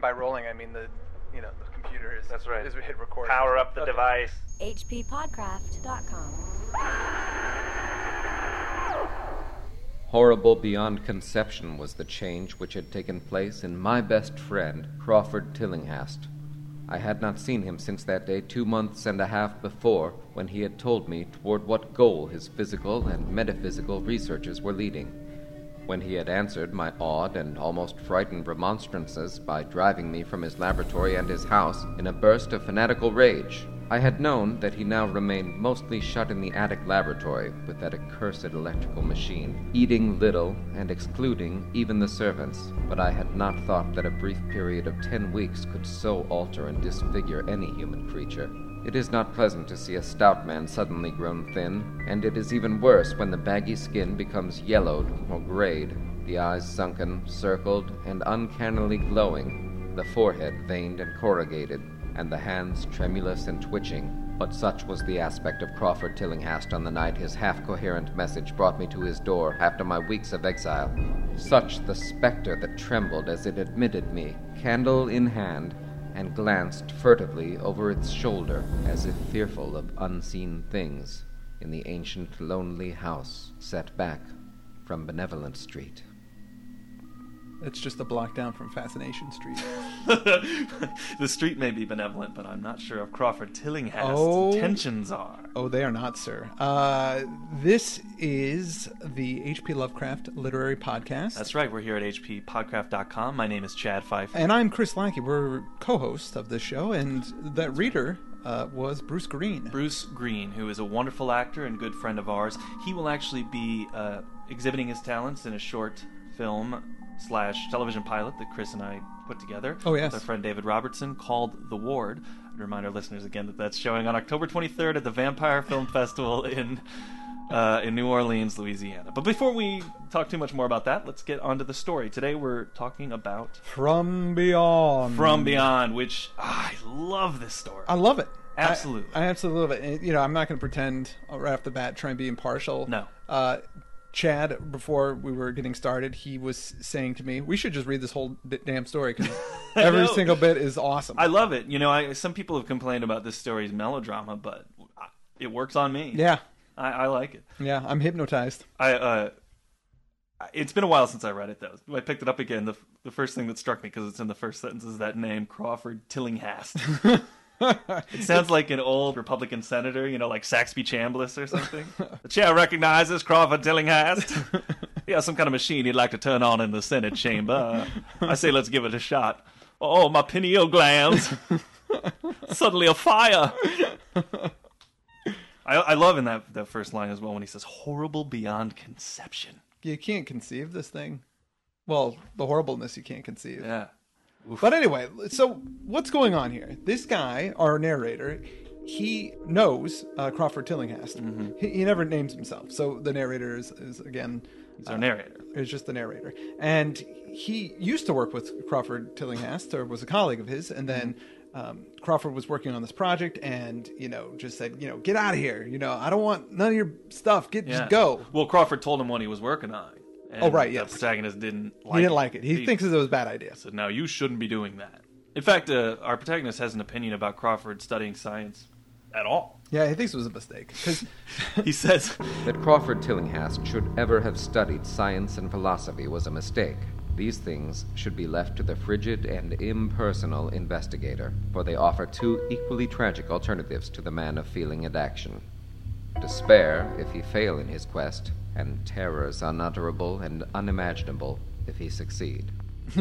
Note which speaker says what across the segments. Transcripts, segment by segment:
Speaker 1: by rolling, I mean the, you know, the computer is.
Speaker 2: That's right.
Speaker 1: Is hit record.
Speaker 2: Power up the
Speaker 1: Okay.
Speaker 2: device.
Speaker 3: HPPodcraft.com.
Speaker 4: Horrible beyond conception was the change which had taken place in my best friend, Crawford Tillinghast. I had not seen him since that day two months and a half before, when he had told me toward what goal his physical and metaphysical researches were leading. When he had answered my awed and almost frightened remonstrances by driving me from his laboratory and his house in a burst of fanatical rage, I had known that he now remained mostly shut in the attic laboratory with that accursed electrical machine, eating little and excluding even the servants, but I had not thought that a brief period of ten weeks could so alter and disfigure any human creature. It is not pleasant to see a stout man suddenly grown thin, and it is even worse when the baggy skin becomes yellowed or grayed, the eyes sunken, circled, and uncannily glowing, the forehead veined and corrugated, and the hands tremulous and twitching. But such was the aspect of Crawford Tillinghast on the night his half coherent message brought me to his door after my weeks of exile. Such the spectre that trembled as it admitted me, candle in hand, and glanced furtively over its shoulder as if fearful of unseen things in the ancient lonely house set back from Benevolent Street.
Speaker 1: It's just a block down from Fascination Street.
Speaker 5: the street may be benevolent, but I'm not sure if Crawford Tillinghast's
Speaker 1: Oh.
Speaker 5: intentions are.
Speaker 1: oh, they are not, sir. Uh, this is the H.P. Lovecraft Literary Podcast.
Speaker 5: That's right. We're here at hppodcraft.com. My name is Chad Fife.
Speaker 1: And I'm Chris Lackey. We're co-hosts of this show, and that reader uh, was Bruce Green.
Speaker 5: Bruce Green, who is a wonderful actor and good friend of ours, he will actually be uh, exhibiting his talents in a short film slash television pilot that Chris and I put together
Speaker 1: Oh, yes.
Speaker 5: with our friend David Robertson called The Ward. I'd remind our listeners again that that's showing on October 23rd at the Vampire Film Festival in uh, in New Orleans, Louisiana. But before we talk too much more about that, let's get on to the story. Today we're talking about
Speaker 1: From Beyond.
Speaker 5: From Beyond, which ah, I love this story.
Speaker 1: I love it. I-
Speaker 5: Absolutely.
Speaker 1: I, absolutely love it. And, you know, I'm not going to pretend right off the bat, try and be impartial.
Speaker 5: No.
Speaker 1: Uh, Chad, before we were getting started, he was saying to me, "We should just read this whole d- damn story because every
Speaker 5: know.
Speaker 1: single bit is awesome."
Speaker 5: I love it. You know, I some people have complained about this story's melodrama, but I- it works on me.
Speaker 1: yeah,
Speaker 5: I, I like it.
Speaker 1: yeah, I'm hypnotized.
Speaker 5: I uh, it's been a while since I read it though. I picked it up again. The the first thing that struck me because it's in the first sentence is that name Crawford Tillinghast. it sounds like an old Republican senator, you know, like Saxby Chambliss or something. the chair recognizes Crawford Tillinghast. he has some kind of machine he'd like to turn on in the Senate chamber. I say let's give it a shot. Oh, my pineal glands! Suddenly afire. I, I love in that, that first line as well when he says horrible beyond conception.
Speaker 1: You can't conceive this thing. Well, the horribleness you can't conceive.
Speaker 5: Yeah.
Speaker 1: But anyway, so what's going on here? This guy, our narrator, he knows uh, Crawford Tillinghast.
Speaker 5: Mm-hmm.
Speaker 1: He, he never names himself, so the narrator is, is again
Speaker 5: He's our narrator.
Speaker 1: is just the narrator. And he used to work with Crawford Tillinghast, or was a colleague of his, and then
Speaker 5: Mm-hmm.
Speaker 1: um, Crawford was working on this project, and you know, just said, you know, get out of here. You know, I don't want none of your stuff. Get
Speaker 5: Yeah.
Speaker 1: just go.
Speaker 5: Well, Crawford told him what he was working on. and
Speaker 1: Oh, right,
Speaker 5: The
Speaker 1: yes.
Speaker 5: protagonist didn't like
Speaker 1: He didn't like it. He,
Speaker 5: He
Speaker 1: thinks that it was a bad idea.
Speaker 5: said, no, you shouldn't be doing that. In fact, uh, our protagonist has an opinion about Crawford studying science at all.
Speaker 1: Yeah, he thinks it was a mistake because
Speaker 5: He says,
Speaker 4: That Crawford Tillinghast should ever have studied science and philosophy was a mistake. These things should be left to the frigid and impersonal investigator, for they offer two equally tragic alternatives to the man of feeling and action despair if he fail in his quest, and terrors unutterable and unimaginable if he succeed.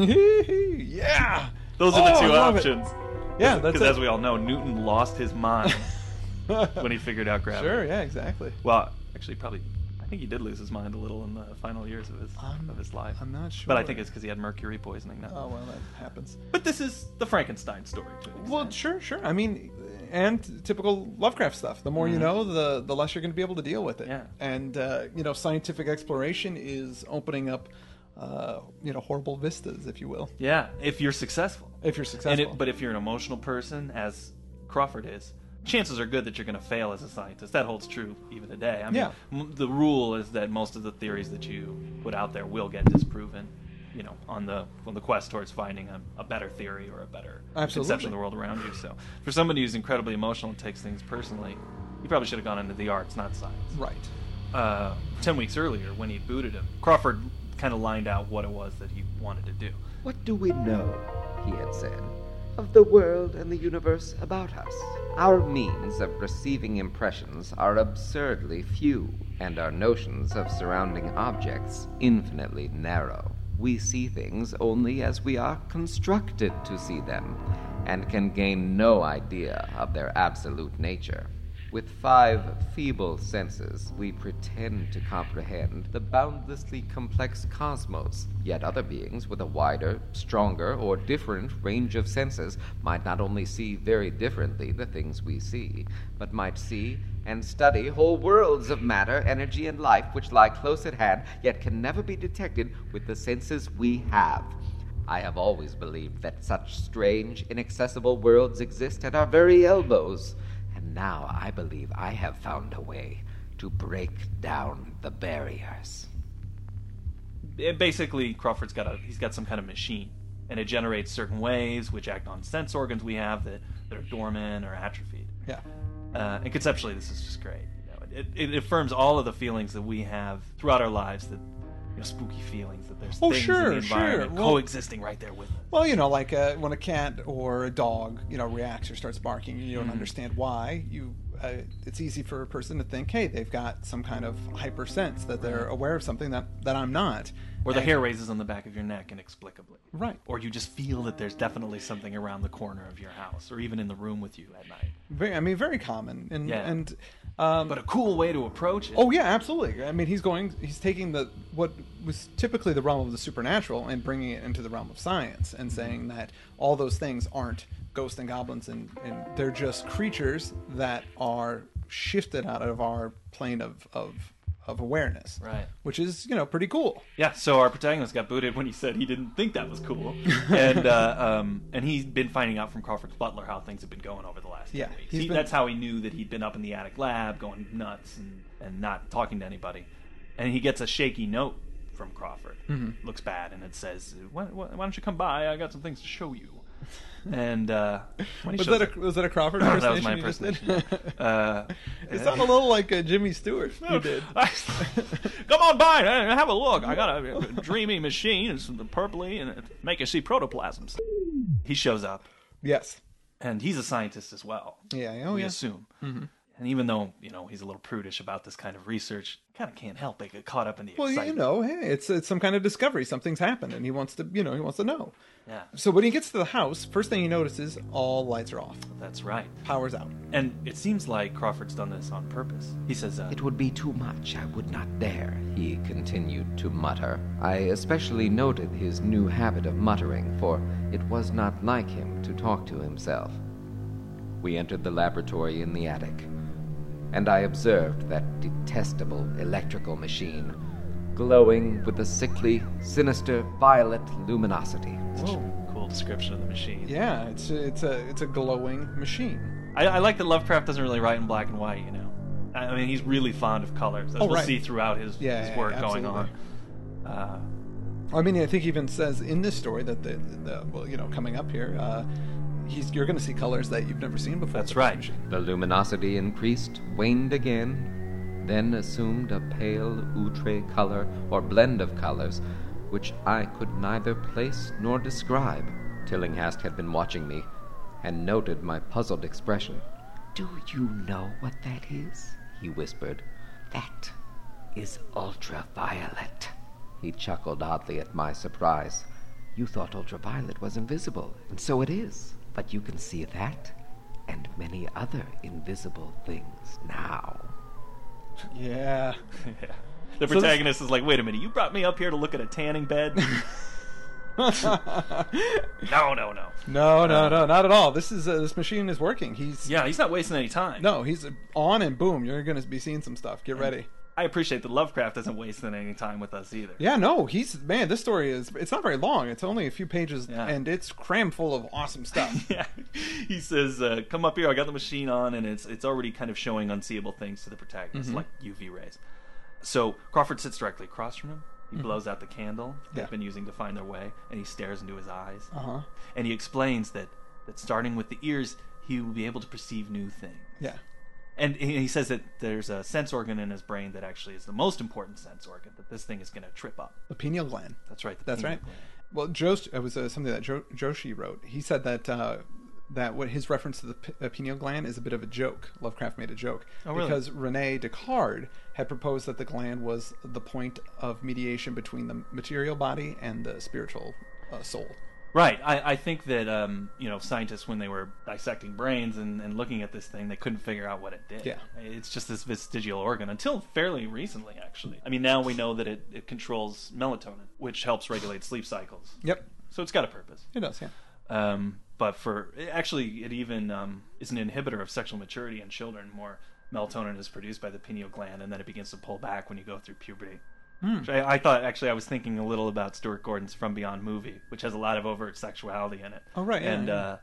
Speaker 1: yeah,
Speaker 5: those are the
Speaker 1: Oh,
Speaker 5: two
Speaker 1: I love it.
Speaker 5: options.
Speaker 1: yeah, that's
Speaker 5: Because
Speaker 1: it.
Speaker 5: as we all know, Newton lost his mind when he figured out gravity.
Speaker 1: Sure, yeah, exactly.
Speaker 5: Well, actually, probably. I think he did lose his mind a little in the final years of his
Speaker 1: I'm-
Speaker 5: of his life.
Speaker 1: I'm not sure.
Speaker 5: But I think it's because he had mercury poisoning.
Speaker 1: Oh
Speaker 5: Now.
Speaker 1: well, that happens.
Speaker 5: But this is the Frankenstein story. To an extent.
Speaker 1: Well, sure, sure. I mean, and typical Lovecraft stuff. The more you know, the the less you're going to be able to deal with it.
Speaker 5: Mm-hmm. Yeah.
Speaker 1: And uh, you know, scientific exploration is opening up, uh, you know, horrible vistas, if you will,
Speaker 5: yeah, if you're successful.
Speaker 1: if you're
Speaker 5: And
Speaker 1: successful.
Speaker 5: it, but if you're an emotional person, as Crawford is, chances are good that you're going to fail as a scientist. That holds true even today. I mean,
Speaker 1: Yeah.
Speaker 5: m- the rule is that most of the theories that you put out there will get disproven. you know on the on the quest towards finding a, a better theory or a better
Speaker 1: Absolutely.
Speaker 5: conception of the world around you. So for somebody who's incredibly emotional and takes things personally, you probably should have gone into the arts, not science
Speaker 1: Right.
Speaker 5: uh, 10 weeks earlier when he booted him, Crawford kind of lined out what it was that he wanted to do.
Speaker 4: What do we know, he had said, of the world and the universe about us? Our means of receiving impressions are absurdly few, and our notions of surrounding objects infinitely narrow. We see things only as we are constructed to see them, and can gain no idea of their absolute nature. With five feeble senses, we pretend to comprehend the boundlessly complex cosmos, yet other beings with a wider, stronger, or different range of senses might not only see very differently the things we see, but might see and study whole worlds of matter, energy, and life which lie close at hand, yet can never be detected with the senses we have. I have always believed that such strange, inaccessible worlds exist at our very elbows. And now I believe I have found a way to break down the barriers.
Speaker 5: And basically, Crawford's got a he's got some kind of machine, and it generates certain waves which act on sense organs we have that, that are dormant or atrophied.
Speaker 1: Yeah.
Speaker 5: Uh, and conceptually, this is just great. You know, it, it, it affirms all of the feelings that we have throughout our lives that you know, spooky feelings that there's
Speaker 1: Oh,
Speaker 5: things
Speaker 1: sure,
Speaker 5: in the environment
Speaker 1: sure. Well-
Speaker 5: coexisting right there with us.
Speaker 1: Well, you know, like uh, when a cat or a dog, you know, reacts or starts barking, and you
Speaker 5: Mm-hmm.
Speaker 1: don't understand why. You, uh, it's easy for a person to think, hey, they've got some kind of hyper sense that they're aware of something that that I'm not.
Speaker 5: Or the
Speaker 1: And-
Speaker 5: hair raises on the back of your neck inexplicably.
Speaker 1: Right.
Speaker 5: Or you just feel that there's definitely something around the corner of your house or even in the room with you at night.
Speaker 1: Very, I mean, very common. And
Speaker 5: Yeah.
Speaker 1: and um,
Speaker 5: But a cool way to approach it.
Speaker 1: Oh yeah, absolutely. I mean, he's going, he's taking the what was typically the realm of the supernatural and bringing it into the realm of science
Speaker 5: Mm-hmm.
Speaker 1: and saying that all those things aren't ghosts and goblins and, and they're just creatures that are shifted out of our plane of of, of awareness,
Speaker 5: Right.
Speaker 1: Which is you know pretty cool.
Speaker 5: Yeah, so our protagonist got booted when he said he didn't think that was cool. and uh, um, and he's been finding out from Crawford's butler how things have been going over the last 10
Speaker 1: Yeah,
Speaker 5: weeks.
Speaker 1: he's
Speaker 5: He-
Speaker 1: been-
Speaker 5: That's how he knew that he'd been up in the attic lab going nuts and, and not talking to anybody. And he gets a shaky note from Crawford.
Speaker 1: Mm-hmm.
Speaker 5: Looks bad, and it says, why, why, why don't you come by? I got some things to show you. And uh, when he
Speaker 1: Was
Speaker 5: shows
Speaker 1: that a was that a Crawford
Speaker 5: That was
Speaker 1: impersonation?
Speaker 5: my
Speaker 1: you just did?
Speaker 5: impersonation, yeah. Uh,
Speaker 1: you sound a little like uh, Jimmy Stewart. You did.
Speaker 5: Come on by and have a look. I got a dreamy machine. It's purpley and it make you see protoplasms. He shows up,
Speaker 1: yes.
Speaker 5: and he's a scientist as well.
Speaker 1: Yeah. Oh
Speaker 5: we
Speaker 1: yeah.
Speaker 5: assume. And even though you know he's a little prudish about this kind of research, kind of can't help but get caught up in the
Speaker 1: Well, you
Speaker 5: excitement.
Speaker 1: know, hey, it's it's some kind of discovery. Something's happened, and he wants to, you know, he wants to know.
Speaker 5: Yeah,
Speaker 1: So when he gets to the house, first thing he notices, all lights are off,
Speaker 5: that's right.
Speaker 1: power's out.
Speaker 5: And it seems like Crawford's done this on purpose. He says, uh,
Speaker 4: It would be too much. I would not dare, he continued to mutter. I especially noted his new habit of muttering, for it was not like him to talk to himself. We entered the laboratory in the attic, and I observed that detestable electrical machine glowing with a sickly, sinister violet luminosity.
Speaker 5: such a cool description of the machine.
Speaker 1: Yeah, it's it's a it's a glowing machine.
Speaker 5: I, I like that Lovecraft doesn't really write in black and white, you know. I I mean, he's really fond of colors, as
Speaker 1: Oh,
Speaker 5: we'll
Speaker 1: right.
Speaker 5: see throughout his,
Speaker 1: Yeah,
Speaker 5: his
Speaker 1: yeah,
Speaker 5: work
Speaker 1: yeah,
Speaker 5: going on.
Speaker 1: absolutely.
Speaker 5: Uh,
Speaker 1: I mean, I think he even says in this story that the, the well, you know, coming up here, uh, he's you're going to see colors that you've never seen before.
Speaker 5: that's
Speaker 1: with this
Speaker 5: right.
Speaker 1: machine.
Speaker 4: The luminosity increased, waned again, then assumed a pale outre color or blend of colors, which I could neither place nor describe. Tillinghast had been watching me and noted my puzzled expression. Do you know what that is? he whispered. That is ultraviolet. He chuckled oddly at my surprise. You thought ultraviolet was invisible, and so it is. But you can see that and many other invisible things now.
Speaker 1: Yeah.
Speaker 5: Yeah. The protagonist is like, wait a minute, you brought me up here to look at a tanning bed? no, no, no.
Speaker 1: No, no, no, not at all. This is uh, this machine is working. He's
Speaker 5: Yeah, he's not wasting any time.
Speaker 1: no, he's on and boom. You're going to be seeing some stuff. Get ready.
Speaker 5: I appreciate that Lovecraft isn't wasting any time with us either.
Speaker 1: Yeah, no, he's man. This story is it's not very long. It's only a few pages,
Speaker 5: Yeah.
Speaker 1: and it's crammed full of awesome stuff.
Speaker 5: yeah. He says, uh, "Come up here. I got the machine on, and it's it's already kind of
Speaker 1: Mm-hmm.
Speaker 5: showing unseeable things to the protagonist, like UV rays." So Crawford sits directly across from him, He blows out the candle
Speaker 1: Mm-hmm. Yeah.
Speaker 5: they've been using to find their way, and he stares into his eyes.
Speaker 1: Uh huh.
Speaker 5: And he explains that, that starting with the ears, he will be able to perceive new things.
Speaker 1: Yeah.
Speaker 5: And he he says that there's a sense organ in his brain that actually is the most important sense organ, that this thing is going to trip up.
Speaker 1: The pineal gland.
Speaker 5: That's right. The
Speaker 1: That's
Speaker 5: pineal
Speaker 1: right.
Speaker 5: gland.
Speaker 1: Well, Jost, it was uh, something that jo- Joshi wrote. He said that uh, that what his reference to the p- uh, pineal gland is a bit of a joke. Lovecraft made a joke
Speaker 5: Oh, really?
Speaker 1: because Rene Descartes had proposed that the gland was the point of mediation between the material body and the spiritual uh, soul.
Speaker 5: Right. I, I think that um, you know scientists when they were dissecting brains and, and looking at this thing, they couldn't figure out what it did.
Speaker 1: Yeah.
Speaker 5: It's just this vestigial organ until fairly recently, actually. I mean, now we know that it, it controls melatonin, which helps regulate sleep cycles.
Speaker 1: Yep,
Speaker 5: So it's got a purpose.
Speaker 1: it does. Yeah.
Speaker 5: Um, but for actually, it even um, is an inhibitor of sexual maturity in children. More melatonin is produced by the pineal gland, and then it begins to pull back when you go through puberty.
Speaker 1: Hmm.
Speaker 5: Which I, I thought actually I was thinking a little about Stuart Gordon's From Beyond movie, which has a lot of overt sexuality in it.
Speaker 1: Oh, right, yeah,
Speaker 5: and
Speaker 1: yeah.
Speaker 5: Uh,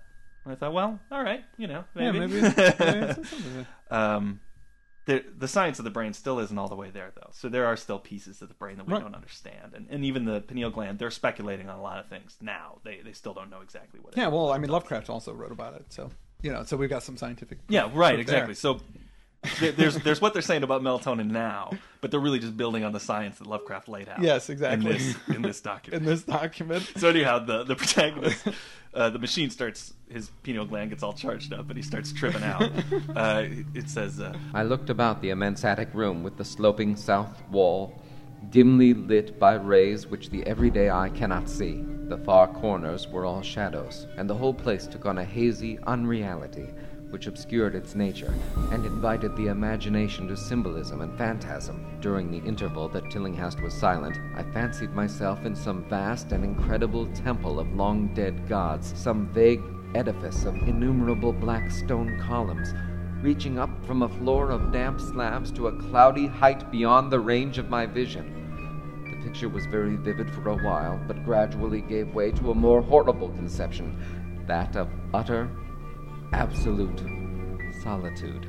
Speaker 5: I thought, well, all right, you know,
Speaker 1: Yeah,
Speaker 5: maybe.
Speaker 1: maybe it's, maybe it's something there.
Speaker 5: um, the, the science of the brain still isn't all the way there, though. So there are still pieces of the brain that we
Speaker 1: Right.
Speaker 5: don't understand, and, and even the pineal gland, they're speculating on a lot of things now. They they still don't know exactly what. it
Speaker 1: Yeah. Well, I mean, Lovecraft also wrote about it, so you know, so we've got some scientific. proof-
Speaker 5: Yeah, right,
Speaker 1: proof there.
Speaker 5: exactly. So there- there's there's what they're saying about melatonin now, but they're really just building on the science that Lovecraft laid out.
Speaker 1: Yes, exactly.
Speaker 5: In this in this document.
Speaker 1: In this document.
Speaker 5: so anyhow, the the protagonist, uh, the machine starts his pineal gland gets all charged up and he starts tripping out. uh, it says, uh,
Speaker 4: I looked about the immense attic room with the sloping south wall, dimly lit by rays which the everyday eye cannot see. The far corners were all shadows, and the whole place took on a hazy unreality which obscured its nature and invited the imagination to symbolism and phantasm. During the interval that Tillinghast was silent, I fancied myself in some vast and incredible temple of long dead gods, some vague edifice of innumerable black stone columns reaching up from a floor of damp slabs to a cloudy height beyond the range of my vision. The picture was very vivid for a while, but gradually gave way to a more horrible conception that of utter, absolute solitude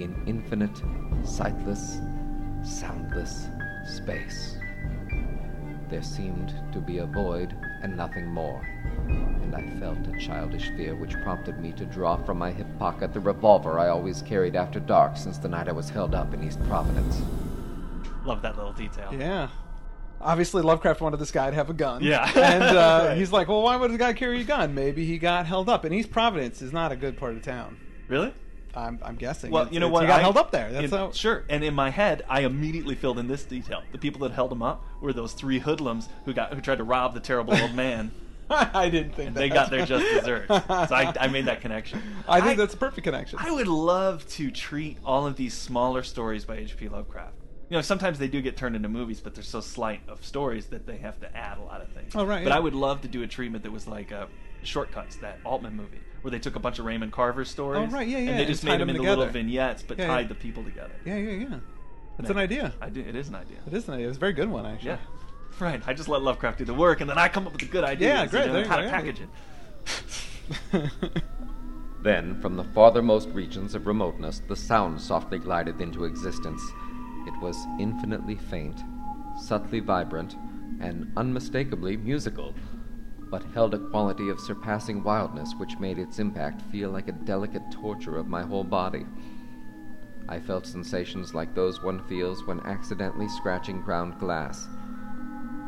Speaker 4: in infinite, sightless, soundless space. There seemed to be a void and nothing more, and I felt a childish fear which prompted me to draw from my hip pocket the revolver I always carried after dark since the night I was held up in East Providence.
Speaker 5: "Love that little detail."
Speaker 1: Yeah. Obviously, Lovecraft wanted this guy to have a gun.
Speaker 5: Yeah.
Speaker 1: and uh,
Speaker 5: Right.
Speaker 1: he's like, well, why would a guy carry a gun? Maybe he got held up. And East Providence is not a good part of town.
Speaker 5: Really?
Speaker 1: I'm, I'm guessing.
Speaker 5: Well,
Speaker 1: It's-
Speaker 5: you know
Speaker 1: it's-
Speaker 5: what?
Speaker 1: He got
Speaker 5: I-
Speaker 1: held up there. That's
Speaker 5: in-
Speaker 1: how.
Speaker 5: Sure. And in my head, I immediately filled in this detail: the people that held him up were those three hoodlums who got who tried to rob the terrible old man.
Speaker 1: I didn't think that.
Speaker 5: They got their just desserts. So I, I made that connection.
Speaker 1: I think that's a perfect connection.
Speaker 5: I would love to treat all of these smaller stories by H.P. Lovecraft. You know, sometimes they do get turned into movies, but they're so slight of stories that they have to add a lot of things.
Speaker 1: Oh, right,
Speaker 5: But
Speaker 1: yeah.
Speaker 5: I would love to do a treatment that was like uh, Shortcuts, that Altman movie, where they took a bunch of Raymond Carver stories.
Speaker 1: Oh, right, yeah, yeah,
Speaker 5: And they
Speaker 1: and
Speaker 5: just
Speaker 1: tied
Speaker 5: made them
Speaker 1: them
Speaker 5: into little
Speaker 1: together.
Speaker 5: vignettes, but
Speaker 1: Yeah, yeah.
Speaker 5: tied the people together.
Speaker 1: yeah, yeah, yeah. That's
Speaker 5: Man,
Speaker 1: an idea.
Speaker 5: I do, it is an idea.
Speaker 1: It is an idea. It's a very good one, actually.
Speaker 5: Yeah. Right. I just let Lovecraft do the work, and then I come up with the good ideas.
Speaker 1: Yeah, great,
Speaker 5: You know,
Speaker 1: there you
Speaker 5: how
Speaker 1: go,
Speaker 5: to
Speaker 1: yeah.
Speaker 5: package it.
Speaker 4: Then, from the farthermost regions of remoteness, the sound softly glided into existence. It was infinitely faint, subtly vibrant, and unmistakably musical, but held a quality of surpassing wildness which made its impact feel like a delicate torture of my whole body. I felt sensations like those one feels when accidentally scratching ground glass.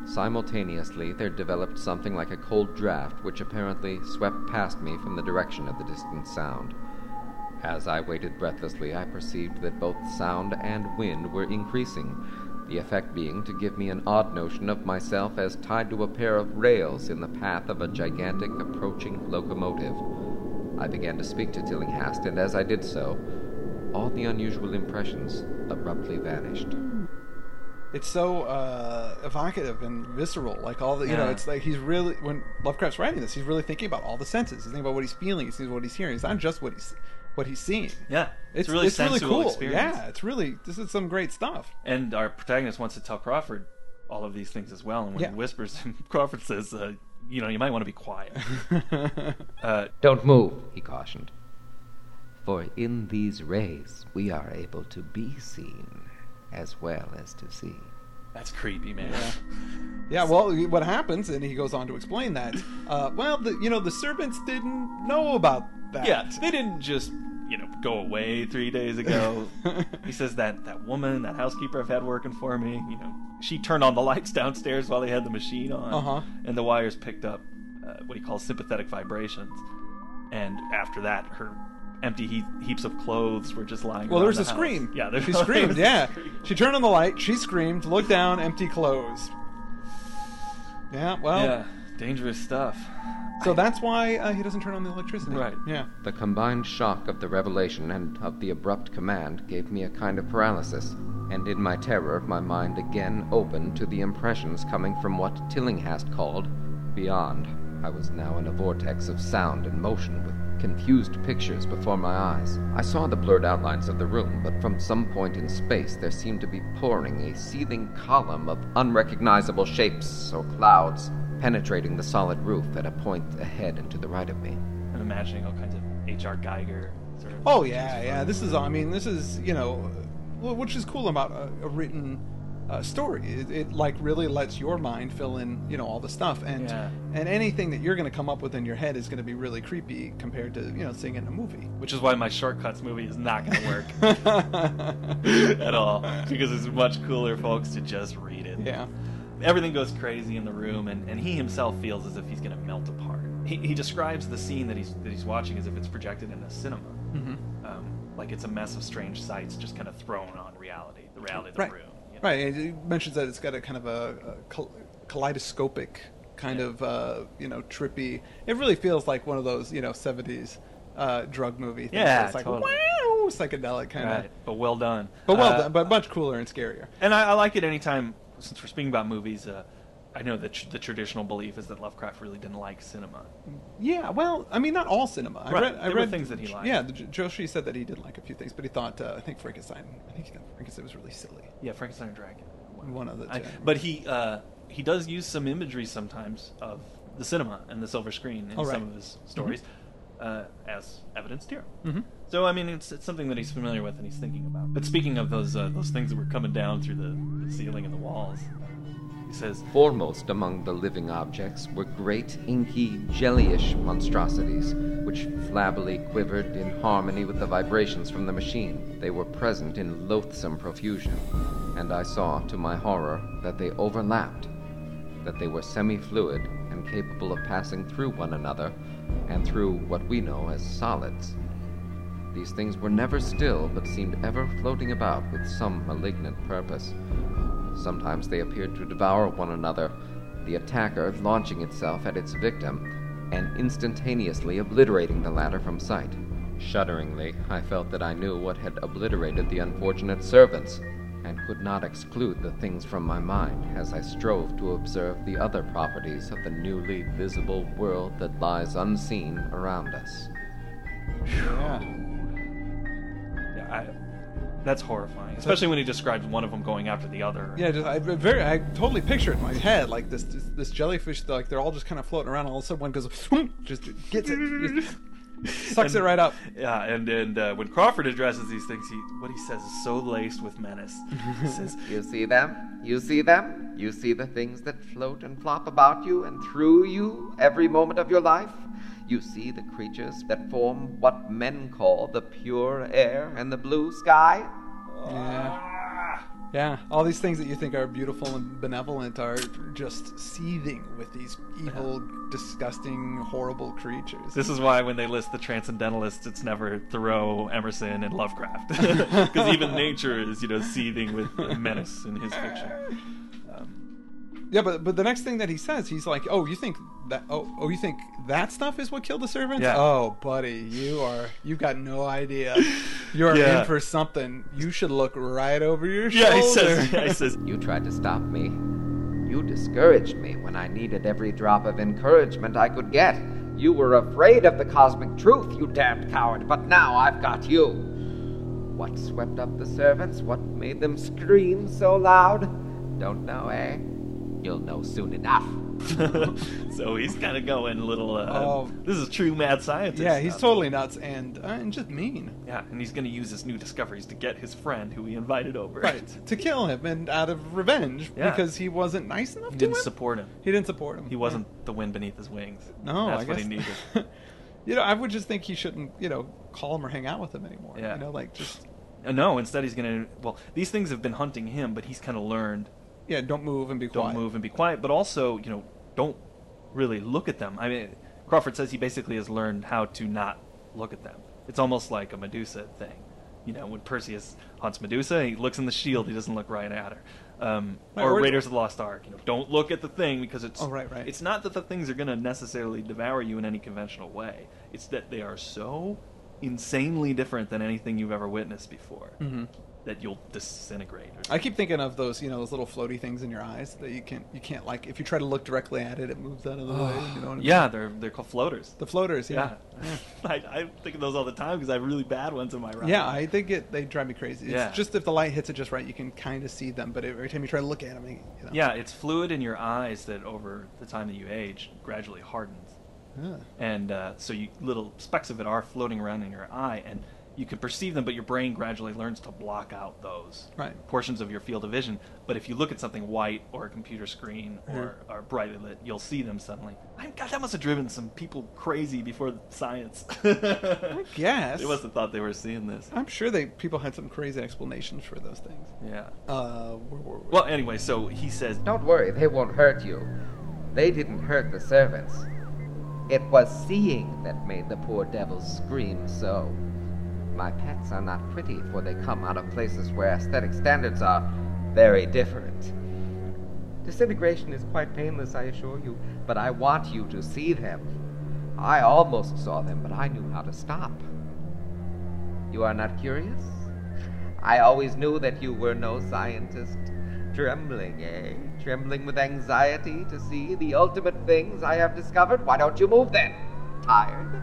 Speaker 4: Simultaneously, there developed something like a cold draft which apparently swept past me from the direction of the distant sound. As I waited breathlessly, I perceived that both sound and wind were increasing, the effect being to give me an odd notion of myself as tied to a pair of rails in the path of a gigantic approaching locomotive. I began to speak to Tillinghast, and as I did so, all the unusual impressions abruptly vanished.
Speaker 1: It's so uh, evocative and visceral. Like all the, you know,
Speaker 5: Yeah.
Speaker 1: it's like he's really when Lovecraft's writing this, he's really thinking about all the senses. He's thinking about what he's feeling. He's thinking about what he's hearing. It's not just what he's what he's seeing.
Speaker 5: Yeah.
Speaker 1: It's,
Speaker 5: a really
Speaker 1: it's really
Speaker 5: sensual
Speaker 1: cool.
Speaker 5: experience.
Speaker 1: Yeah, it's really this is some great stuff.
Speaker 5: And our protagonist wants to tell Crawford all of these things as well. And when
Speaker 1: Yeah.
Speaker 5: he whispers, Crawford says, uh, "You know, you might want to be quiet." uh,
Speaker 4: Don't move, he cautioned. For in these rays we are able to be seen as well as to see.
Speaker 5: That's creepy, man.
Speaker 1: Yeah, well, what happens, and he goes on to explain that. Uh, well, the, you know, the servants didn't know about that.
Speaker 5: Yeah, they didn't just you know go away three days ago. he says that that woman, that housekeeper I've had working for me, you know, she turned on the lights downstairs while they had the machine on,
Speaker 1: Uh-huh.
Speaker 5: and the wires picked up uh, what he calls sympathetic vibrations. And after that, her empty he- heaps of clothes were just lying.
Speaker 1: Well,
Speaker 5: around
Speaker 1: there was
Speaker 5: the
Speaker 1: a
Speaker 5: house.
Speaker 1: scream.
Speaker 5: Yeah, there
Speaker 1: she
Speaker 5: there
Speaker 1: screamed.
Speaker 5: was a
Speaker 1: Yeah,
Speaker 5: scream.
Speaker 1: she turned on the light. She screamed. Looked down. Empty clothes. Yeah. Well.
Speaker 5: yeah, dangerous stuff.
Speaker 1: So that's why uh, he doesn't turn on the electricity.
Speaker 5: Right.
Speaker 1: Yeah.
Speaker 4: The combined shock of the revelation and of the abrupt command gave me a kind of paralysis, and in my terror, my mind again opened to the impressions coming from what Tillinghast called beyond. I was now in a vortex of sound and motion with confused pictures before my eyes. I saw the blurred outlines of the room, but from some point in space there seemed to be pouring a seething column of unrecognizable shapes or clouds, penetrating the solid roof at a point ahead and to the right of me.
Speaker 5: I'm imagining all kinds of H.R. Geiger. Sort of
Speaker 1: Oh yeah, yeah. This is. I mean, this is. You know, uh, wh- which is cool about a, a written uh, story. It, it like really lets your mind fill in. You know all the stuff and
Speaker 5: Yeah.
Speaker 1: and anything that you're going to come up with in your head is going to be really creepy compared to you know seeing it in a movie.
Speaker 5: Which is why my shortcuts movie is not going to work at all because it's much cooler, folks, to just read it.
Speaker 1: yeah.
Speaker 5: Everything goes crazy in the room, and, and he himself feels as if he's going to melt apart. He, he describes the scene that he's that he's watching as if it's projected in a cinema,
Speaker 1: hmm
Speaker 5: um, like it's a mess of strange sights just kind of thrown on reality, the reality of the
Speaker 1: Right.
Speaker 5: room. you know?
Speaker 1: Right. It it mentions that it's got a kind of a, a kal- kaleidoscopic kind of uh, you know trippy. It really feels like one of those you know seventies uh, drug movie. Things where
Speaker 5: Yeah,
Speaker 1: It's like
Speaker 5: totally.
Speaker 1: wow, psychedelic kind
Speaker 5: Right,
Speaker 1: of.
Speaker 5: but well done.
Speaker 1: But well
Speaker 5: Uh,
Speaker 1: done. But much cooler and scarier.
Speaker 5: And I, I like it anytime, since we're speaking about movies, uh, I know that tr- the traditional belief is that Lovecraft really didn't like cinema.
Speaker 1: Yeah. Well, I mean, not all cinema. I
Speaker 5: Right.
Speaker 1: read. I
Speaker 5: There were
Speaker 1: read
Speaker 5: things that he liked.
Speaker 1: Yeah. The, J- Joshi said that he did like a few things, but he thought uh, I think Frankenstein. I think he thought Frankenstein was really silly.
Speaker 5: Yeah, Frankenstein and Dracula.
Speaker 1: One of the two.
Speaker 5: I, but he uh, he does use some imagery sometimes of the cinema and the silver screen in
Speaker 1: Oh, right. Mm-hmm.
Speaker 5: some of his stories uh, as evidence here.
Speaker 1: Mhm.
Speaker 5: So I mean, it's, it's something that he's familiar with and he's thinking about. But speaking of those uh, those things that were coming down through the, the ceiling and the walls, he says,
Speaker 4: Foremost among the living objects were great inky, jellyish monstrosities, which flabbily quivered in harmony with the vibrations from the machine. They were present in loathsome profusion, and I saw, to my horror, that they overlapped, that they were semi fluid and capable of passing through one another and through what we know as solids. These things were never still, but seemed ever floating about with some malignant purpose. Sometimes they appeared to devour one another, the attacker launching itself at its victim and instantaneously obliterating the latter from sight. Shudderingly, I felt that I knew what had obliterated the unfortunate servants, and could not exclude the things from my mind as I strove to observe the other properties of the newly visible world that lies unseen around us.
Speaker 1: Yeah.
Speaker 5: yeah, I, that's horrifying, especially when he describes one of them going after the other.
Speaker 1: Yeah, just I I very I totally picture it in my head like this this, this jellyfish like they're all just kind of floating around. All of a sudden, one goes just gets it, just sucks it
Speaker 5: And-
Speaker 1: right up.
Speaker 5: Yeah, and and uh, when Crawford addresses these things, he what he says is so laced with menace. He says,
Speaker 4: You see them? You see them? You see the things that float and flop about you and through you every moment of your life? You see the creatures that form what men call the pure air and the blue sky?
Speaker 1: Yeah,
Speaker 5: "Ah."
Speaker 1: yeah. All these things that you think are beautiful and benevolent are just seething with these evil, disgusting, horrible creatures.
Speaker 5: This is why when they list the transcendentalists, it's never Thoreau, Emerson, and Lovecraft, because even nature is you know seething with menace in his fiction. Um,
Speaker 1: Yeah, but but the next thing that he says, he's like, "Oh, you think that? Oh, oh, you think that stuff is what killed the servants?
Speaker 5: Yeah.
Speaker 1: Oh, buddy, you are you've got no idea. You're
Speaker 5: Yeah.
Speaker 1: in for something. You should look right over your
Speaker 5: yeah, he
Speaker 1: shoulder."
Speaker 5: says. Yeah, he says.
Speaker 4: You tried to stop me. You discouraged me when I needed every drop of encouragement I could get. You were afraid of the cosmic truth, you damned coward, but now I've got you. What swept up the servants? What made them scream so loud? Don't know, eh? You'll know soon enough.
Speaker 5: so he's kind of going a little. Uh,
Speaker 1: Oh.
Speaker 5: This is true mad scientist.
Speaker 1: Yeah, he's
Speaker 5: stuff.
Speaker 1: totally nuts and uh, and just mean.
Speaker 5: Yeah, and he's going to use his new discoveries to get his friend who he invited over.
Speaker 1: Right. To kill him and out of revenge
Speaker 5: Yeah.
Speaker 1: because he wasn't nice enough
Speaker 5: He
Speaker 1: to him.
Speaker 5: didn't support him.
Speaker 1: he didn't support him.
Speaker 5: He wasn't the wind beneath his wings.
Speaker 1: No,
Speaker 5: that's
Speaker 1: I
Speaker 5: what
Speaker 1: guess.
Speaker 5: he needed.
Speaker 1: you know, I would just think he shouldn't, you know, call him or hang out with him anymore.
Speaker 5: Yeah.
Speaker 1: You know, like just
Speaker 5: Uh, no, instead he's going to. Well, these things have been hunting him, but he's kind of learned
Speaker 1: yeah, don't move and be
Speaker 5: don't
Speaker 1: quiet.
Speaker 5: move and be quiet, but also, you know, don't really look at them. I mean, Crawford says he basically has learned how to not look at them. It's almost like a Medusa thing. You know, when Perseus hunts Medusa, he looks in the shield, he doesn't look right at her. Um,
Speaker 1: Right,
Speaker 5: or
Speaker 1: or-
Speaker 5: Raiders of the Lost Ark, you know, don't look at the thing because it's
Speaker 1: Oh, right, right.
Speaker 5: it's not that the things are going to necessarily devour you in any conventional way. It's that they are so insanely different than anything you've ever witnessed before
Speaker 1: Mhm.
Speaker 5: that you'll disintegrate. or
Speaker 1: I keep thinking of those, you know, those little floaty things in your eyes that you can't, you can't like. If you try to look directly at it, it moves out of the way. You know what I mean?
Speaker 5: Yeah, they're they're called floaters.
Speaker 1: The floaters,
Speaker 5: Yeah,
Speaker 1: yeah.
Speaker 5: I, I think of those all the time because I have really bad ones in my
Speaker 1: Yeah,
Speaker 5: round.
Speaker 1: I think it. They drive me crazy. It's
Speaker 5: Yeah.
Speaker 1: just if the light hits it just right, you can kind of see them. But every time you try to look at them, you know.
Speaker 5: yeah, it's fluid in your eyes that over the time that you age gradually hardens,
Speaker 1: Yeah.
Speaker 5: and uh, so you little specks of it are floating around in your eye, and you can perceive them, but your brain gradually learns to block out those
Speaker 1: Right.
Speaker 5: portions of your field of vision. But if you look at something white or a computer screen or, or brightly lit, you'll see them suddenly. I, God, that must have driven some people crazy before science. I
Speaker 1: guess.
Speaker 5: they must have thought they were seeing this.
Speaker 1: I'm sure they people had some crazy explanations for those things.
Speaker 5: Yeah.
Speaker 1: Uh, where were we?
Speaker 5: Well, anyway, so he says,
Speaker 2: Don't worry, they won't hurt you. They didn't hurt the servants. It was seeing that made the poor devils scream so. My pets are not pretty, for they come out of places where aesthetic standards are very different. Disintegration is quite painless, I assure you, but I want you to see them. I almost saw them, but I knew how to stop. You are not curious? I always knew that you were no scientist. Trembling, eh? Trembling with anxiety to see the ultimate things I have discovered? Why don't you move then? Tired?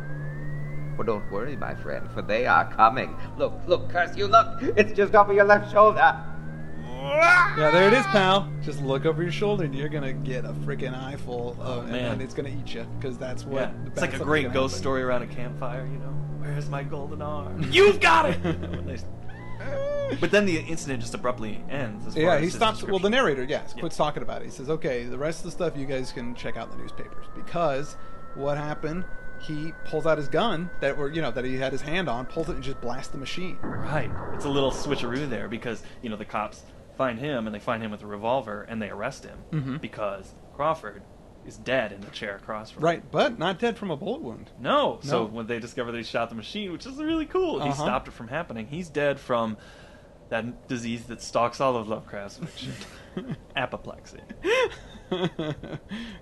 Speaker 2: Well, don't worry, my friend, for they are coming. Look, look, curse you, look! It's just over your left shoulder!
Speaker 1: yeah, there it is, pal. Just look over your shoulder, and you're gonna get a freaking eyeful,
Speaker 5: Oh,
Speaker 1: of,
Speaker 5: man.
Speaker 1: and then it's gonna eat you because that's what.
Speaker 5: yeah,
Speaker 1: the
Speaker 5: it's
Speaker 1: bad
Speaker 5: like a
Speaker 1: stuff's
Speaker 5: great
Speaker 1: gonna
Speaker 5: ghost
Speaker 1: happen.
Speaker 5: story around a campfire, you know? Where's my golden arm? You've got it! You know, and they- but then the incident just abruptly ends. As far
Speaker 1: Yeah,
Speaker 5: as
Speaker 1: he
Speaker 5: his
Speaker 1: stops. Well, the
Speaker 5: description.
Speaker 1: narrator, yes,
Speaker 5: Yeah.
Speaker 1: quits talking about it. He says, "Okay, the rest of the stuff you guys can check out in the newspapers because what happened? He pulls out his gun that were you know that he had his hand on, pulls it and just blasts the machine.
Speaker 5: Right. It's a little switcheroo there because, you know, the cops find him and they find him with a revolver and they arrest him
Speaker 1: Mhm.
Speaker 5: because Crawford is dead in the chair across from him.
Speaker 1: Right, but not dead from a bullet wound.
Speaker 5: No. So
Speaker 1: No.
Speaker 5: when they discover they shot the machine, which is really cool, he
Speaker 1: Uh-huh.
Speaker 5: stopped it from happening. He's dead from that disease that stalks all of Lovecraft's fiction, apoplexy.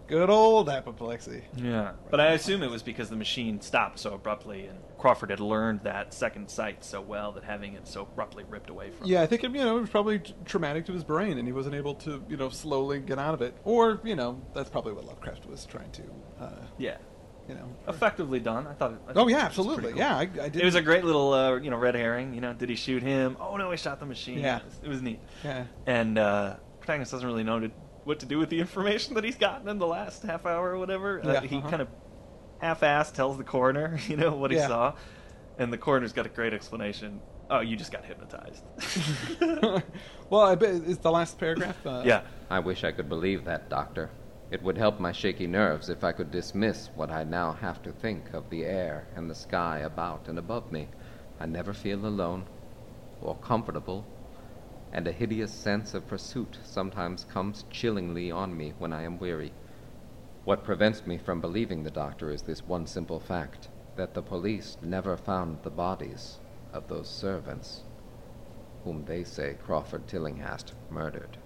Speaker 1: Good old apoplexy.
Speaker 5: Yeah. But I assume it was because the machine stopped so abruptly, and Crawford had learned that second sight so well that having it so abruptly ripped away from.
Speaker 1: Yeah,
Speaker 5: him.
Speaker 1: I think it, you know it was probably t- traumatic to his brain, and he wasn't able to you know slowly get out of it. Or you know that's probably what Lovecraft was trying to, uh,
Speaker 5: Yeah.
Speaker 1: you know.
Speaker 5: Effectively done. I thought. It, I
Speaker 1: Oh
Speaker 5: thought it
Speaker 1: yeah,
Speaker 5: was
Speaker 1: absolutely.
Speaker 5: pretty cool.
Speaker 1: Yeah, I, I did.
Speaker 5: It was a great little, uh, you know, red herring. You know, did he shoot him? Oh no, he shot the machine.
Speaker 1: Yeah.
Speaker 5: It was, it was neat.
Speaker 1: yeah.
Speaker 5: and uh, protagonist doesn't really know to, what to do with the information that he's gotten in the last half hour or whatever. Uh,
Speaker 1: Yeah,
Speaker 5: he
Speaker 1: uh-huh.
Speaker 5: kind of half-ass tells the coroner, you know, what he
Speaker 1: Yeah.
Speaker 5: saw, and the coroner's got a great explanation. Oh, you just got hypnotized.
Speaker 1: well, I bet it's the last paragraph. Uh,
Speaker 5: yeah,
Speaker 4: I wish I could believe that, Doctor. It would help my shaky nerves if I could dismiss what I now have to think of the air and the sky about and above me. I never feel alone or comfortable, and a hideous sense of pursuit sometimes comes chillingly on me when I am weary. What prevents me from believing the doctor is this one simple fact that the police never found the bodies of those servants whom they say Crawford Tillinghast murdered.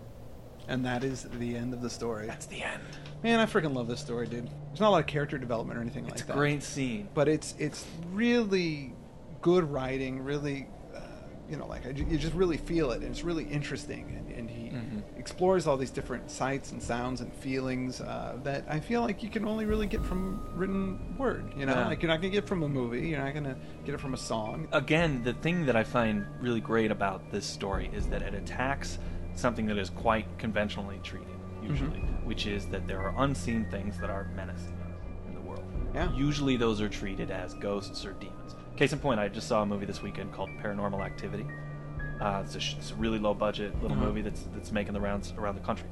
Speaker 1: And that is the end of the story.
Speaker 5: that's the end.
Speaker 1: Man, I freaking love this story, dude. There's not a lot of character development or anything
Speaker 5: It's
Speaker 1: like
Speaker 5: a
Speaker 1: that.
Speaker 5: great scene.
Speaker 1: but it's it's really good writing really uh, you know like I, ju- you just really feel it and it's really interesting and, and he
Speaker 5: Mm-hmm.
Speaker 1: explores all these different sights and sounds and feelings uh, that i feel like you can only really get from written word you know
Speaker 5: Yeah.
Speaker 1: like you're not gonna get from a movie you're not gonna get it from a song
Speaker 5: again, the thing that I find really great about this story is that it attacks something that is quite conventionally treated.
Speaker 1: Mm-hmm.
Speaker 5: usually, which is that there are unseen things that are menacing in the world.
Speaker 1: Yeah.
Speaker 5: Usually those are treated as ghosts or demons. Case in point, I just saw a movie this weekend called Paranormal Activity. Uh, it's, a sh- it's a really low budget little
Speaker 1: Uh-huh.
Speaker 5: movie that's that's making the rounds around the country.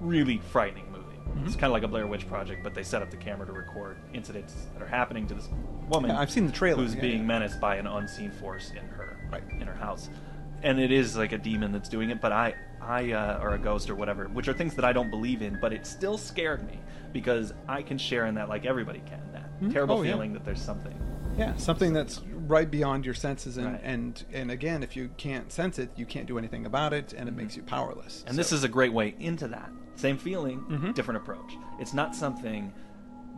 Speaker 5: Really frightening movie.
Speaker 1: Mm-hmm.
Speaker 5: It's kind of like a Blair Witch Project, but they set up the camera to record incidents that are happening to this woman.
Speaker 1: Yeah, I've seen the trailer,
Speaker 5: Who's
Speaker 1: yeah,
Speaker 5: being
Speaker 1: yeah.
Speaker 5: menaced by an unseen force in her
Speaker 1: Right.
Speaker 5: in her house, and it is like a demon that's doing it. But I, I uh, or a ghost or whatever, which are things that I don't believe in, but it still scared me because I can share in that like everybody can. That terrible
Speaker 1: Oh, yeah.
Speaker 5: feeling that there's something.
Speaker 1: Yeah, something that's right beyond your senses, and
Speaker 5: Right.
Speaker 1: and and again, if you can't sense it, you can't do anything about it, and it makes you powerless.
Speaker 5: Mm-hmm. And this is a great way into that. Same feeling, different approach. It's not something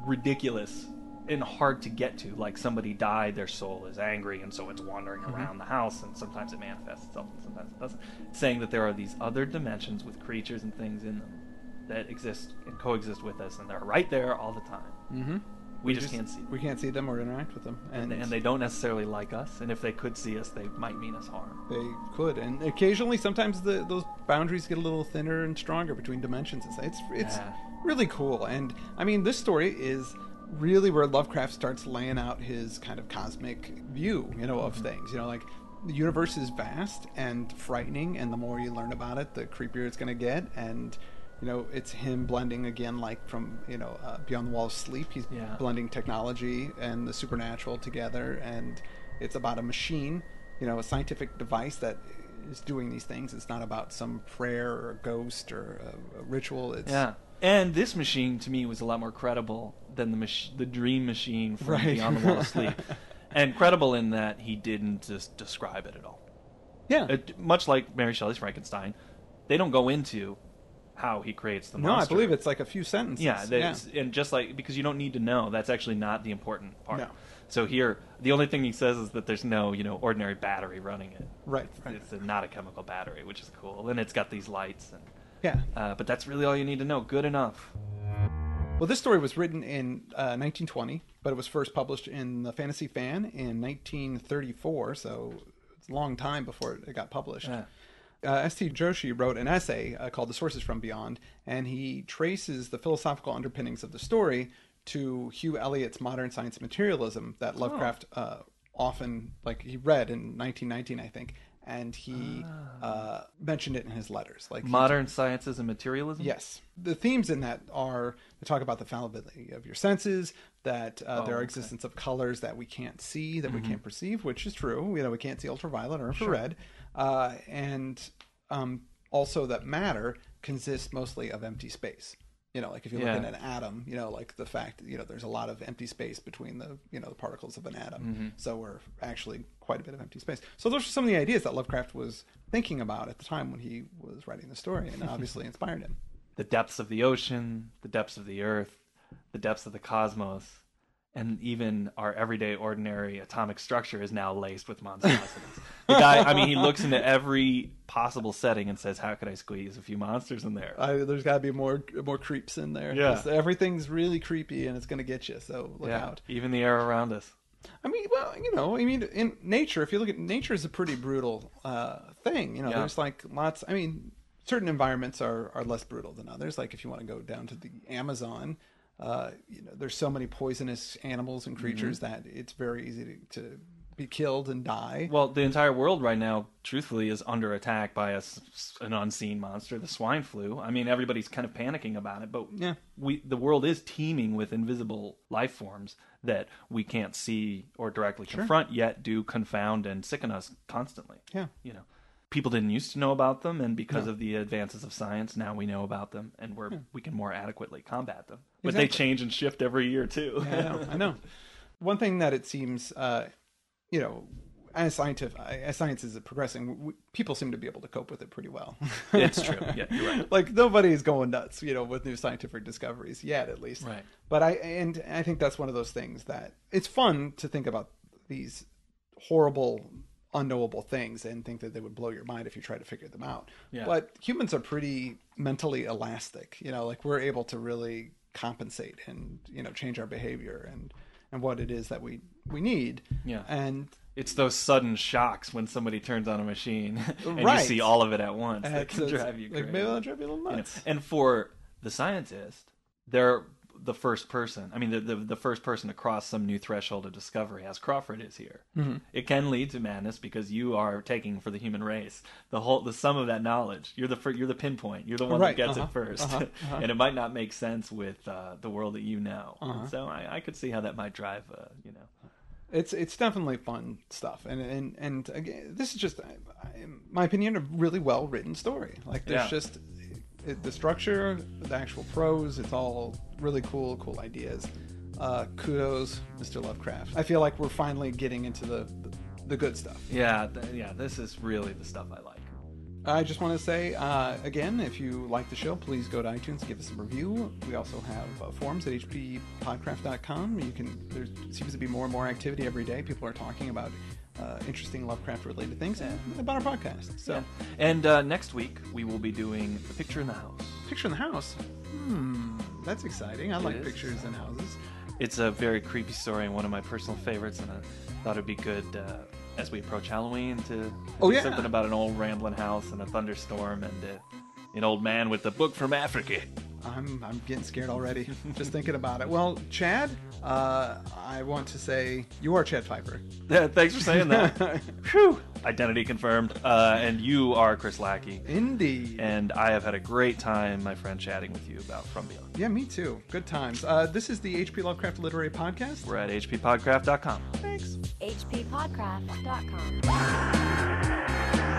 Speaker 5: ridiculous and hard to get to. Like somebody died, their soul is angry, and so it's wandering around the house, and sometimes it manifests itself, and sometimes it doesn't. It's saying that there are these other dimensions with creatures and things in them that exist and coexist with us, and they're right there all the time. Mm-hmm. We, just, can't see them.
Speaker 1: We can't see them or interact with them, and,
Speaker 5: And, and they don't necessarily like us, and if they could see us, they might mean us harm.
Speaker 1: they could. And occasionally, sometimes the, those boundaries get a little thinner and stronger between dimensions. And stuff. It's it's
Speaker 5: Yeah.
Speaker 1: really cool. And I mean, this story is really where Lovecraft starts laying out his kind of cosmic view, you know, of
Speaker 5: Mm-hmm.
Speaker 1: things. You know, like the universe is vast and frightening, and the more you learn about it, the creepier it's going to get. And you know, it's him blending again, like from you know uh, Beyond the Wall of Sleep. He's
Speaker 5: Yeah.
Speaker 1: blending technology and the supernatural together, and it's about a machine, you know, a scientific device that is doing these things. It's not about some prayer or a ghost or a, a ritual. It's
Speaker 5: Yeah. And this machine to me was a lot more credible than the mach- the dream machine from
Speaker 1: Right.
Speaker 5: Beyond the Wall of Sleep. and credible in that he didn't just describe it at all.
Speaker 1: yeah.
Speaker 5: It, much like Mary Shelley's Frankenstein, they don't go into how he creates the
Speaker 1: no, I
Speaker 5: monster.
Speaker 1: believe it's like a few sentences.
Speaker 5: Yeah, that's, and just like because you don't need to know, that's actually not the important part.
Speaker 1: No.
Speaker 5: So here, the only thing he says is that there's no, you know, ordinary battery running it.
Speaker 1: Right,
Speaker 5: It's,
Speaker 1: right.
Speaker 5: it's a, not a chemical battery, which is cool, and it's got these lights. And,
Speaker 1: yeah.
Speaker 5: uh, but that's really all you need to know. Good enough.
Speaker 1: Well, this story was written in uh, 1920, but it was first published in the Fantasy Fan in 1934, so it's a long time before it got published.
Speaker 5: Yeah.
Speaker 1: Uh, S.T. Joshi wrote an essay uh, called The Sources from Beyond, and he traces the philosophical underpinnings of the story to Hugh Elliott's modern science materialism that
Speaker 5: Oh.
Speaker 1: Lovecraft uh, often, like, he read in 1919, I think, and he uh, mentioned it in his letters. Like, he
Speaker 5: Ah. Modern sciences and materialism.
Speaker 1: Yes. The themes in that are they talk about the fallibility of your senses, that uh, there are existence of colors that we can't see, that we can't perceive, which is true. You know, we can't see ultraviolet or infrared. Uh, and um, also that matter consists mostly of empty space. You know, like if you look
Speaker 5: Yeah.
Speaker 1: at an atom, you know, like the fact, you know, there's a lot of empty space between the, you know, the particles of an atom. So we're actually quite a bit of empty space. So those are some of the ideas that Lovecraft was thinking about at the time when he was writing the story and obviously inspired him.
Speaker 5: the depths of the ocean, the depths of the earth, the depths of the cosmos, and even our everyday ordinary atomic structure is now laced with monstrosities. the guy, I mean, he looks into every possible setting and says, "How could I squeeze a few monsters in there?"
Speaker 1: I, there's got to be more more creeps in there.
Speaker 5: Yeah.
Speaker 1: 'Cause everything's really creepy and it's going to get you. So look
Speaker 5: yeah,
Speaker 1: out.
Speaker 5: even the air around us.
Speaker 1: I mean, well, you know, I mean, in nature, if you look at nature, is a pretty brutal uh, thing. You know,
Speaker 5: Yeah.
Speaker 1: there's like lots. I mean, certain environments are are less brutal than others. Like if you want to go down to the Amazon. Uh, you know, there's so many poisonous animals
Speaker 5: Mm-hmm.
Speaker 1: and creatures that it's very easy to, to be killed and die.
Speaker 5: Well, the entire world right now, truthfully, is under attack by a s an unseen monster, the swine flu. I mean, everybody's kind of panicking about it, but
Speaker 1: Yeah.
Speaker 5: we the world is teeming with invisible life forms that we can't see or directly confront, yet do confound and sicken us constantly.
Speaker 1: Yeah.
Speaker 5: you know, people didn't used to know about them, and because of the advances of science, now we know about them, and we're we can more adequately combat them. But they
Speaker 1: Hmm. Exactly.
Speaker 5: change and shift every year too.
Speaker 1: I know. I know. One thing that it seems, uh, you know, as scientific as science is progressing, w people seem to be able to cope with it pretty well.
Speaker 5: it's true. Yeah, you're right.
Speaker 1: like nobody is going nuts, you know, with new scientific discoveries yet, at least.
Speaker 5: Right.
Speaker 1: But I and I think that's one of those things that it's fun to think about these horrible, unknowable things and think that they would blow your mind if you try to figure them out.
Speaker 5: Yeah.
Speaker 1: But humans are pretty mentally elastic, you know, like we're able to really compensate and you know change our behavior and and what it is that we we need.
Speaker 5: Yeah.
Speaker 1: And
Speaker 5: It's those sudden shocks when somebody turns on a machine and
Speaker 1: Right.
Speaker 5: you see all of it at once that
Speaker 1: it's-
Speaker 5: can
Speaker 1: uh, it's
Speaker 5: drive you
Speaker 1: like
Speaker 5: crazy.
Speaker 1: maybe I'll drive you a little
Speaker 5: You know,
Speaker 1: nuts.
Speaker 5: and for the scientist, they're the first person. I mean, the, the, the first person to cross some new threshold of discovery, as Crawford is here. It can lead to madness because you are taking for the human race the whole the sum of that knowledge. You're the fir- you're the pinpoint. You're the one
Speaker 1: Right,
Speaker 5: that gets
Speaker 1: uh-huh,
Speaker 5: it 1st
Speaker 1: uh-huh,
Speaker 5: and it might not make sense with uh, the world that you know. And So I, I could see how that might drive, uh, you know,
Speaker 1: it's it's definitely fun stuff and and and again this is just I, I, my opinion a really well written story like there's
Speaker 5: Yeah.
Speaker 1: just it, the structure the actual prose it's all really cool cool ideas uh kudos mr lovecraft i feel like we're finally getting into the the, the good stuff
Speaker 5: yeah, th- yeah. This is really the stuff I like.
Speaker 1: I just want to say uh, again, if you like the show, please go to iTunes, give us a review. We also have uh, forums at hppodcraft.com. You can there seems to be more and more activity every day. People are talking about uh, interesting Lovecraft related things and about our podcast. So,
Speaker 5: Yeah. And uh, next week we will be doing the picture in the house.
Speaker 1: picture in the house. Hmm, that's exciting. I like
Speaker 5: is.
Speaker 1: pictures in houses.
Speaker 5: It's a very creepy story and one of my personal favorites, and I thought it'd be good uh, as we approach Halloween to
Speaker 1: Oh,
Speaker 5: do
Speaker 1: yeah.
Speaker 5: something about an old rambling house and a thunderstorm and uh, an old man with a book from Africa.
Speaker 1: I'm, I'm getting scared already just thinking about it. Well, Chad, uh, I want to say you are Chad Piper.
Speaker 5: Yeah, Thanks for saying that. Whew. Identity confirmed. Uh, and you are Chris Lackey.
Speaker 1: Indeed.
Speaker 5: And I have had a great time, my friend, chatting with you about From Beyond.
Speaker 1: yeah, me too. Good times. Uh, this is the HP Lovecraft Literary Podcast.
Speaker 5: We're at hppodcraft.com.
Speaker 1: Thanks.
Speaker 3: hppodcraft.com.